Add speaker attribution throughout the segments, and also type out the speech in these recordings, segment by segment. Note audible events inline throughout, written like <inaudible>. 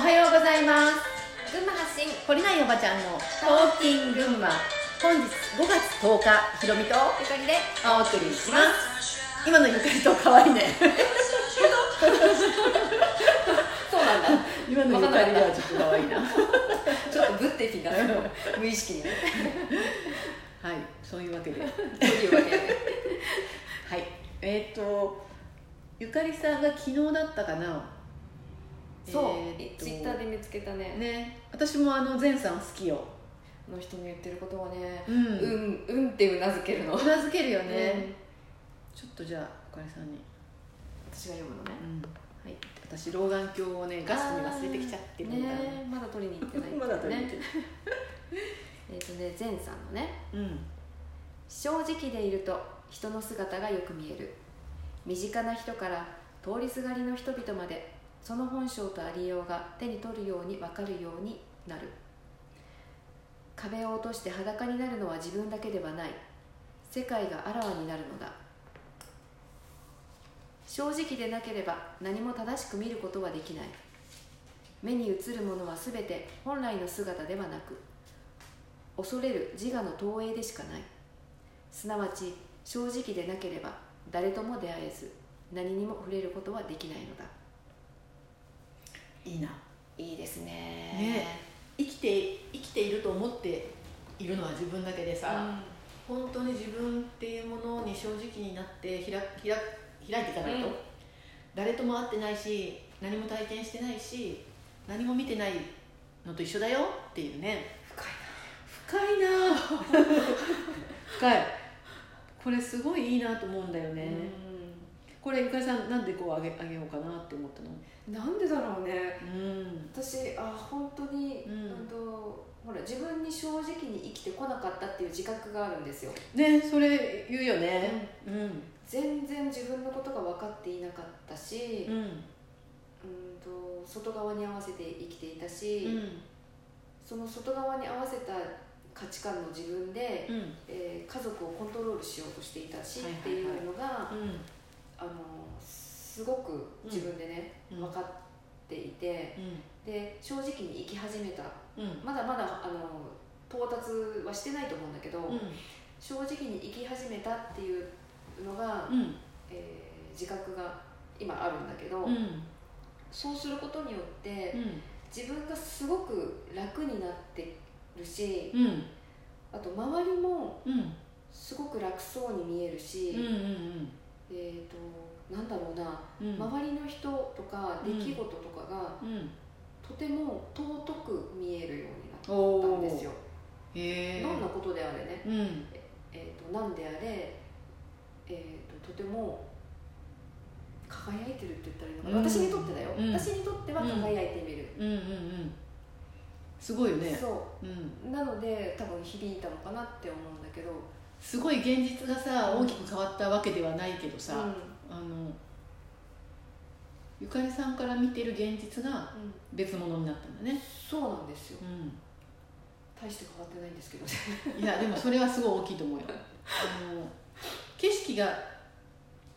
Speaker 1: はようございます
Speaker 2: 群馬発信
Speaker 1: 懲りないおばちゃんのトーキング群馬本日5月10日ひろみと
Speaker 2: ゆかりで
Speaker 1: お送りします今のゆかりと可愛いね
Speaker 2: そうなんだ
Speaker 1: <laughs> 今のゆかりはちょっと可愛いな
Speaker 2: ちょっとぶってきた無意識 <laughs> にね
Speaker 1: はいそういうわけで
Speaker 2: というわけで
Speaker 1: はいえっ、とゆかりさんが昨日だったかな
Speaker 2: そう、
Speaker 1: えーと
Speaker 2: ツイッターで見つけたね
Speaker 1: ね私もあの善さん好きよ
Speaker 2: あの人の言ってることはね
Speaker 1: う
Speaker 2: う
Speaker 1: う
Speaker 2: ん
Speaker 1: ん
Speaker 2: うんってうなずけるのね、
Speaker 1: なずけるよね、ちょっとじゃあゆかりさんに、
Speaker 2: 私が読むのね
Speaker 1: うんはい、私老眼鏡をねガスに忘れてきちゃってるみたいな、
Speaker 2: ねまだ取りに行ってな
Speaker 1: <laughs>
Speaker 2: い
Speaker 1: まだ取りに行って
Speaker 2: ねえっとね善さんのね
Speaker 1: うん
Speaker 2: 正直でいると人の姿がよく見える身近な人から通りすがりの人々までその本性とありようが手に取るように分かるようになる壁を落として裸になるのは自分だけではない世界があらわになるのだ正直でなければ何も正しく見ることはできない目に映るものは全て本来の姿ではなく恐れる自我の投影でしかないすなわち正直でなければ誰とも出会えず何にも触れることはできないのだ
Speaker 1: いいない
Speaker 2: いですね
Speaker 1: ね生きて生きていると思っているのは自分だけでさ、本当に自分っていうものに正直になって開開開いていかないと、
Speaker 2: うん
Speaker 1: 誰とも会ってないし何も体験してないし何も見てないのと一緒だよっていうね深いな深いな深いこれすごいいいなと思うんだよね、これゆかりさんなんでこうあげあげようかなって思ったの
Speaker 2: うんなんでだろうね
Speaker 1: うん
Speaker 2: 私あ本当に、
Speaker 1: うん
Speaker 2: あとほら自分に正直に生きてこなかったっていう自覚があるんですよ
Speaker 1: ねそれ言うよねうん
Speaker 2: 全然自分のことが分かっていなかったし、
Speaker 1: うん
Speaker 2: うんと外側に合わせて生きていた
Speaker 1: う
Speaker 2: し、
Speaker 1: ん
Speaker 2: その外側に合わせた価値観の自分で、
Speaker 1: うん
Speaker 2: えー家族をコントロールしようとしていたし、
Speaker 1: はいはいはい
Speaker 2: っていうのが、
Speaker 1: うん
Speaker 2: あのすごく自分でね、
Speaker 1: うん
Speaker 2: 分かっていてで正直に生き始めた
Speaker 1: うんうん
Speaker 2: まだまだあの到達はしてないと思うんだけど、
Speaker 1: う
Speaker 2: 正直に生き始めたっていうのが、
Speaker 1: ん
Speaker 2: えー自覚が今あるんだけど、
Speaker 1: うんうん
Speaker 2: そうすることによって自分がすごく楽になってるし
Speaker 1: うん
Speaker 2: あと周りも
Speaker 1: うんうん
Speaker 2: すごく楽そうに見えるし。
Speaker 1: うん
Speaker 2: えー、となんだろうな、
Speaker 1: うんうん
Speaker 2: 周りの人とか
Speaker 1: う
Speaker 2: 出
Speaker 1: ん
Speaker 2: 来事とかが、
Speaker 1: うん
Speaker 2: とても尊く見えるようになっ
Speaker 1: お
Speaker 2: たん
Speaker 1: ー
Speaker 2: ですよ、
Speaker 1: へえ
Speaker 2: どんなことであれね、
Speaker 1: うん
Speaker 2: えー、となんであれ、えー、ととても輝いてるって言ったらいいのかな、
Speaker 1: うん
Speaker 2: 私にとってだよ、
Speaker 1: うん
Speaker 2: 私にとっては輝いて見える、
Speaker 1: うんうんうんすごいよね
Speaker 2: そ
Speaker 1: うん
Speaker 2: うなので多分響いたのかなって思うんだけど
Speaker 1: すごい現実がさ大きく変わったわけではないけど
Speaker 2: うん
Speaker 1: さあのゆかりさんから見てる現実が
Speaker 2: うん
Speaker 1: 別物になったんだね
Speaker 2: そうなんですよ
Speaker 1: うん
Speaker 2: 大して変わってないんです
Speaker 1: <laughs>
Speaker 2: けどね
Speaker 1: いやでもそれはすごい大きいと思うよあの景色が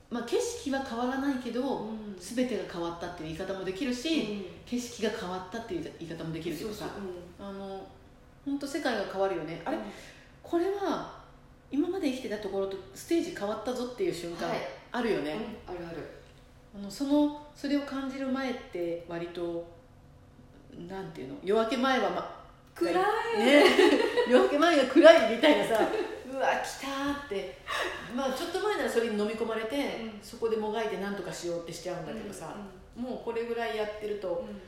Speaker 1: まあ景色は変わらないけど
Speaker 2: うん
Speaker 1: 全てが変わったっていう言い方もできるし、景色が変わったっていう言い方もできるけどさ
Speaker 2: そうそううん
Speaker 1: あの本当世界が変わるよねあれ
Speaker 2: うん
Speaker 1: これは今まで生きてたところとステージ変わったぞっていう瞬間
Speaker 2: はい
Speaker 1: あるよね、
Speaker 2: うん、あるある
Speaker 1: あのそのそれを感じる前って割となんていうの夜明け前は、ま、
Speaker 2: 暗い
Speaker 1: ね、夜明け前が暗いみたいなさうわ来たーってまあちょっと前ならそれに飲み込まれて、
Speaker 2: うん
Speaker 1: そこでもがいてなんとかしようってしちゃうんだけどさ、もうこれぐらいやってると
Speaker 2: うんうん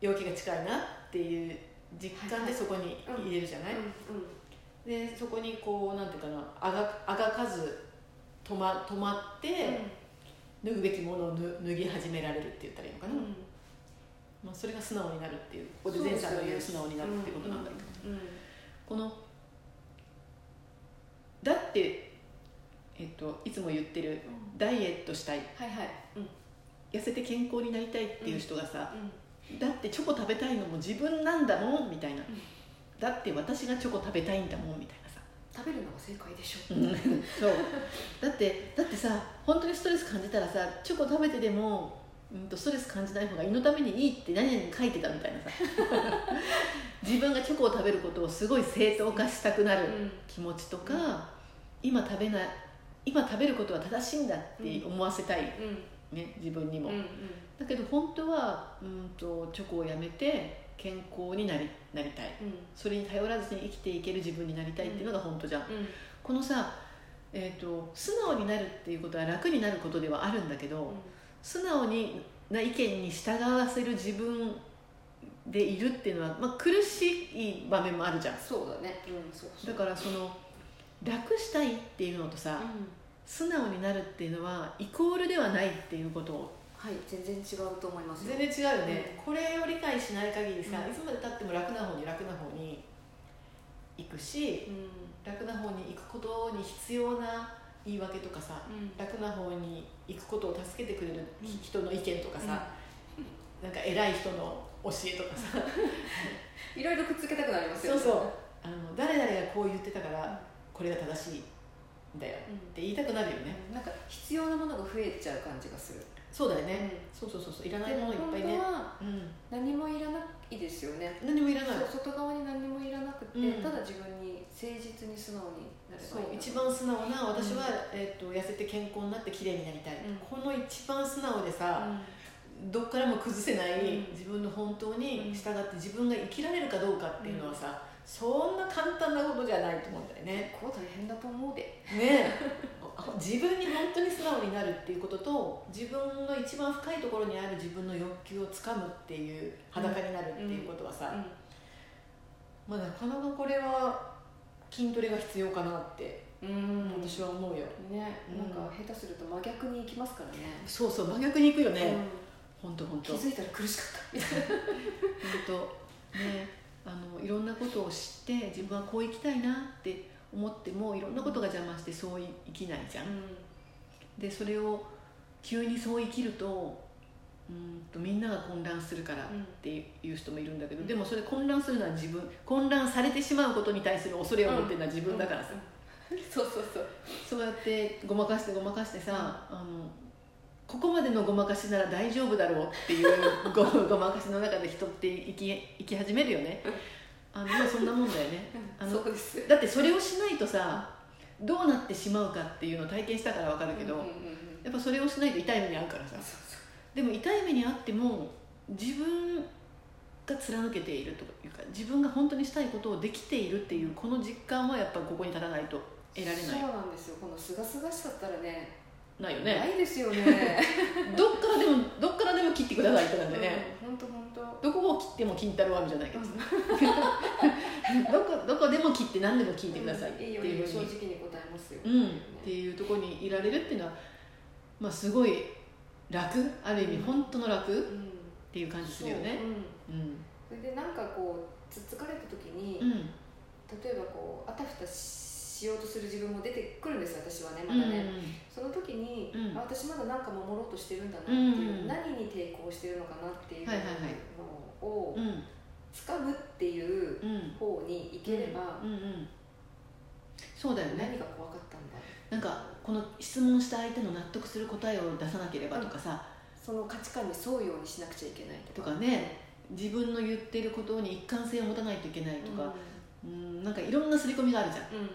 Speaker 1: 夜明けが近いなっていう実感でそこに
Speaker 2: はいはいうん
Speaker 1: 入れるじゃない、
Speaker 2: う
Speaker 1: でそこにこうなんていうかなあがあがかず止ま止まって、
Speaker 2: ん
Speaker 1: 脱ぐべきものを脱脱ぎ始められるって言ったらいいのかな、
Speaker 2: うん
Speaker 1: まあ、それが素直になるっていうここで
Speaker 2: そう
Speaker 1: 前
Speaker 2: です
Speaker 1: さ
Speaker 2: よ
Speaker 1: ん
Speaker 2: ね
Speaker 1: の言う素直になるってことなんだけど、
Speaker 2: うん
Speaker 1: このだって、えっと、いつも言ってるダイエットしたい
Speaker 2: はいはいうん
Speaker 1: 痩せて健康になりたいっていう人がさ、
Speaker 2: うん
Speaker 1: だってチョコ食べたいのも自分なんだもんみたいな、
Speaker 2: ん
Speaker 1: だって私がチョコ食べたいんだもんみたいなさ
Speaker 2: 食べるのが正解でしょ
Speaker 1: うんそうだってだってさ本当にストレス感じたらさチョコ食べてでもうんとストレス感じない方が胃のためにいいって何々に書いてたみたいな <laughs> さ自分がチョコを食べることをすごい正当化したくなる気持ちとか、
Speaker 2: うん
Speaker 1: 今食べない今食べることは正しいんだって思わせたい、ね、自分にも、
Speaker 2: うんうん
Speaker 1: だけど本当はうんとチョコをやめて健康になりなりたいそれに頼らずに生きていける自分になりたいっていうのが本当じゃん、
Speaker 2: うん
Speaker 1: このさ、えー、と素直になるっていうことは楽になることではあるんだけど、素直にな意見に従わせる自分でいるっていうのは、まあ、苦しい場面もあるじゃん
Speaker 2: そうだねうんそうそう
Speaker 1: だからその楽したいっていうのとさ、
Speaker 2: うん
Speaker 1: 素直になるっていうのはイコールではないっていうことを
Speaker 2: はい全然違うと思いますよ
Speaker 1: 全然違うよね、これを理解しない限りさ、
Speaker 2: うん
Speaker 1: いつまでたっても楽な方に楽な方に行くし
Speaker 2: うん
Speaker 1: 楽な方に行くことに必要な言い訳とかさ
Speaker 2: うん
Speaker 1: 楽な方に行くことを助けてくれる
Speaker 2: うん
Speaker 1: 人の意見とかさ、なんか偉い人の教えとかさ
Speaker 2: いろいろくっつけたくなりますよ
Speaker 1: そう
Speaker 2: ね
Speaker 1: そうあの誰々がこう言ってたからこれが正しいんだよ
Speaker 2: うん
Speaker 1: って言いたくなるよね
Speaker 2: うんなんか必要なものが増えちゃう感じがする
Speaker 1: そうだよね、そうそうそうそういらない
Speaker 2: で
Speaker 1: ものいっぱいね
Speaker 2: 本、当は
Speaker 1: うん、
Speaker 2: 何もいらないですよね
Speaker 1: 何もいらない
Speaker 2: そう外側に何もいらなくて、
Speaker 1: うん
Speaker 2: ただ自分に誠実に素直になればいい
Speaker 1: そう
Speaker 2: な
Speaker 1: 一番素直な私は、えっと痩せて健康になって綺麗になりたい、
Speaker 2: うん
Speaker 1: この一番素直でさ、どっからも崩せない、
Speaker 2: うん
Speaker 1: 自分の本当に
Speaker 2: うん
Speaker 1: 従って自分が生きられるかどうかっていうのはさ、そんな簡単なことじゃないと思うんだよね。
Speaker 2: 結構大変だと思うで
Speaker 1: ね <laughs> 自分に本当に素直になるっていうことと自分の一番深いところにある自分の欲求をつかむっていう裸になるっていうことはさ、まあ、なかなかこれは筋トレが必要かなって
Speaker 2: うん
Speaker 1: 私は思うよ。
Speaker 2: ね
Speaker 1: うん
Speaker 2: なんか下手すると真逆にいきますからね
Speaker 1: そうそう真逆にいくよね、
Speaker 2: うん
Speaker 1: 本当本当
Speaker 2: 気
Speaker 1: 本
Speaker 2: づいたら苦しかったみたいな
Speaker 1: 当ねあのいろんなことを知って自分はこう生きたいなって思ってもいろんなことが邪魔してそうい生きないじゃん。でそれを急にそう生きるとうーんとみんなが混乱するからっ
Speaker 2: うん
Speaker 1: ていう人もいるんだけど、
Speaker 2: うん
Speaker 1: でもそれ混乱するのは自分混乱されてしまうことに対する恐れを持ってるのは自分だからさ、
Speaker 2: うんうんそうそうそう
Speaker 1: そうやってごまかしてごまかしてさ、あのここまでのごまかしなら大丈夫だろうっていうご <laughs> ごまかしの中で人って生き生き始めるよねあのまあそんなもんだよねあの
Speaker 2: そうです
Speaker 1: だってそれをしないとさどうなってしまうかっていうのを体験したからわかるけど、
Speaker 2: うんうんうんうん
Speaker 1: やっぱそれをしないと痛い目に遭うからさ
Speaker 2: そうそう
Speaker 1: でも痛い目に遭っても自分が貫けているというか自分が本当にしたいことをできているっていうこの実感はやっぱここに立たないと得られ
Speaker 2: そう
Speaker 1: ない
Speaker 2: なんですよこのすがすがしさったらね
Speaker 1: ないよね
Speaker 2: ないですよ
Speaker 1: <laughs>
Speaker 2: ね
Speaker 1: どっからでもどっからでも切ってくださいってなんでね、
Speaker 2: 本当本当
Speaker 1: どこを切っても金太郎飴じゃないけど、 <laughs> どこどこでも切って何でも聞いてくださいって
Speaker 2: い
Speaker 1: い
Speaker 2: よ
Speaker 1: う
Speaker 2: いいよ
Speaker 1: ふ
Speaker 2: 正
Speaker 1: う
Speaker 2: 直
Speaker 1: に
Speaker 2: に答えますよ
Speaker 1: うん、っていうところにいられるっていうのは、まあ、すごい楽ある意味
Speaker 2: うん
Speaker 1: 本当の楽っ
Speaker 2: うん
Speaker 1: ていう感じするよね
Speaker 2: そううん
Speaker 1: うん
Speaker 2: それでなんかこうつつかれた時に、
Speaker 1: うん
Speaker 2: 例えばこうあたふたしようとする自分も出てくるんです私はね
Speaker 1: う
Speaker 2: ま
Speaker 1: ん
Speaker 2: だね、その時に、
Speaker 1: うん
Speaker 2: あ私まだ何か守ろうとしてるんだなっていう、
Speaker 1: うん
Speaker 2: 何に抵抗してるのかなっていう
Speaker 1: はいはいはい
Speaker 2: のを
Speaker 1: うん
Speaker 2: 掴むっていう
Speaker 1: うんうん
Speaker 2: 方に行ければ、
Speaker 1: うんうんそうだよね
Speaker 2: 何が怖かったんだ
Speaker 1: なんかこの質問した相手の納得する答えを出さなければとかさ、
Speaker 2: その価値観に沿うようにしなくちゃいけない
Speaker 1: と
Speaker 2: とか
Speaker 1: かね自分の言ってることに一貫性を持たないといけないとか、うん、なんかいろんな刷り込みがあるじゃん
Speaker 2: うん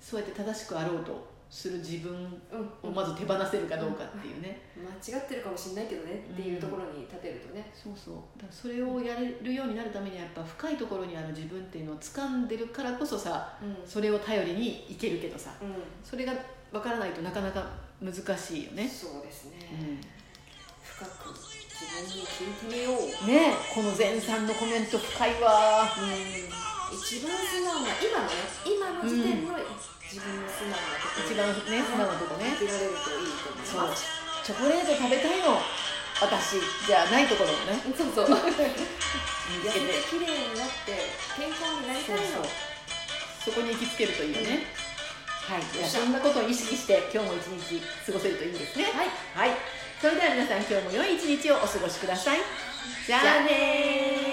Speaker 1: そうやって正しくあろうとする自分
Speaker 2: うん、う
Speaker 1: を
Speaker 2: ん
Speaker 1: まず手放せるかどうかっていうね、
Speaker 2: 間違ってるかもしれないけどねっていうところに立てるとね、
Speaker 1: そうそうだからそれをやれるようになるためにはやっぱ深いところにある自分っていうのを掴んでるからこそさ
Speaker 2: うん
Speaker 1: それを頼りにいけるけどさ
Speaker 2: うん
Speaker 1: それが分からないとなかなか難しいよね、
Speaker 2: そうですね、
Speaker 1: うん、
Speaker 2: 深く自分に聞いてみよう、うん、一
Speaker 1: ねえこの前さんのコメント深いわ
Speaker 2: 番素直な今ね今の時点の自分の素直なところ
Speaker 1: 一番ね素直なとこね
Speaker 2: 生きられるといいと思い
Speaker 1: そう
Speaker 2: ます
Speaker 1: チョコレート食べたいの私じゃないところをね
Speaker 2: <laughs> そうそう痩
Speaker 1: 見
Speaker 2: せて
Speaker 1: つけて
Speaker 2: 綺麗になって健康になりたいの
Speaker 1: そこに行きつけるといいよね、
Speaker 2: うん
Speaker 1: はいじゃあそんなことを意識して今日も一日過ごせるといいんですね
Speaker 2: はい
Speaker 1: はいそれでは皆さん今日も良い一日をお過ごしくださいじゃあねー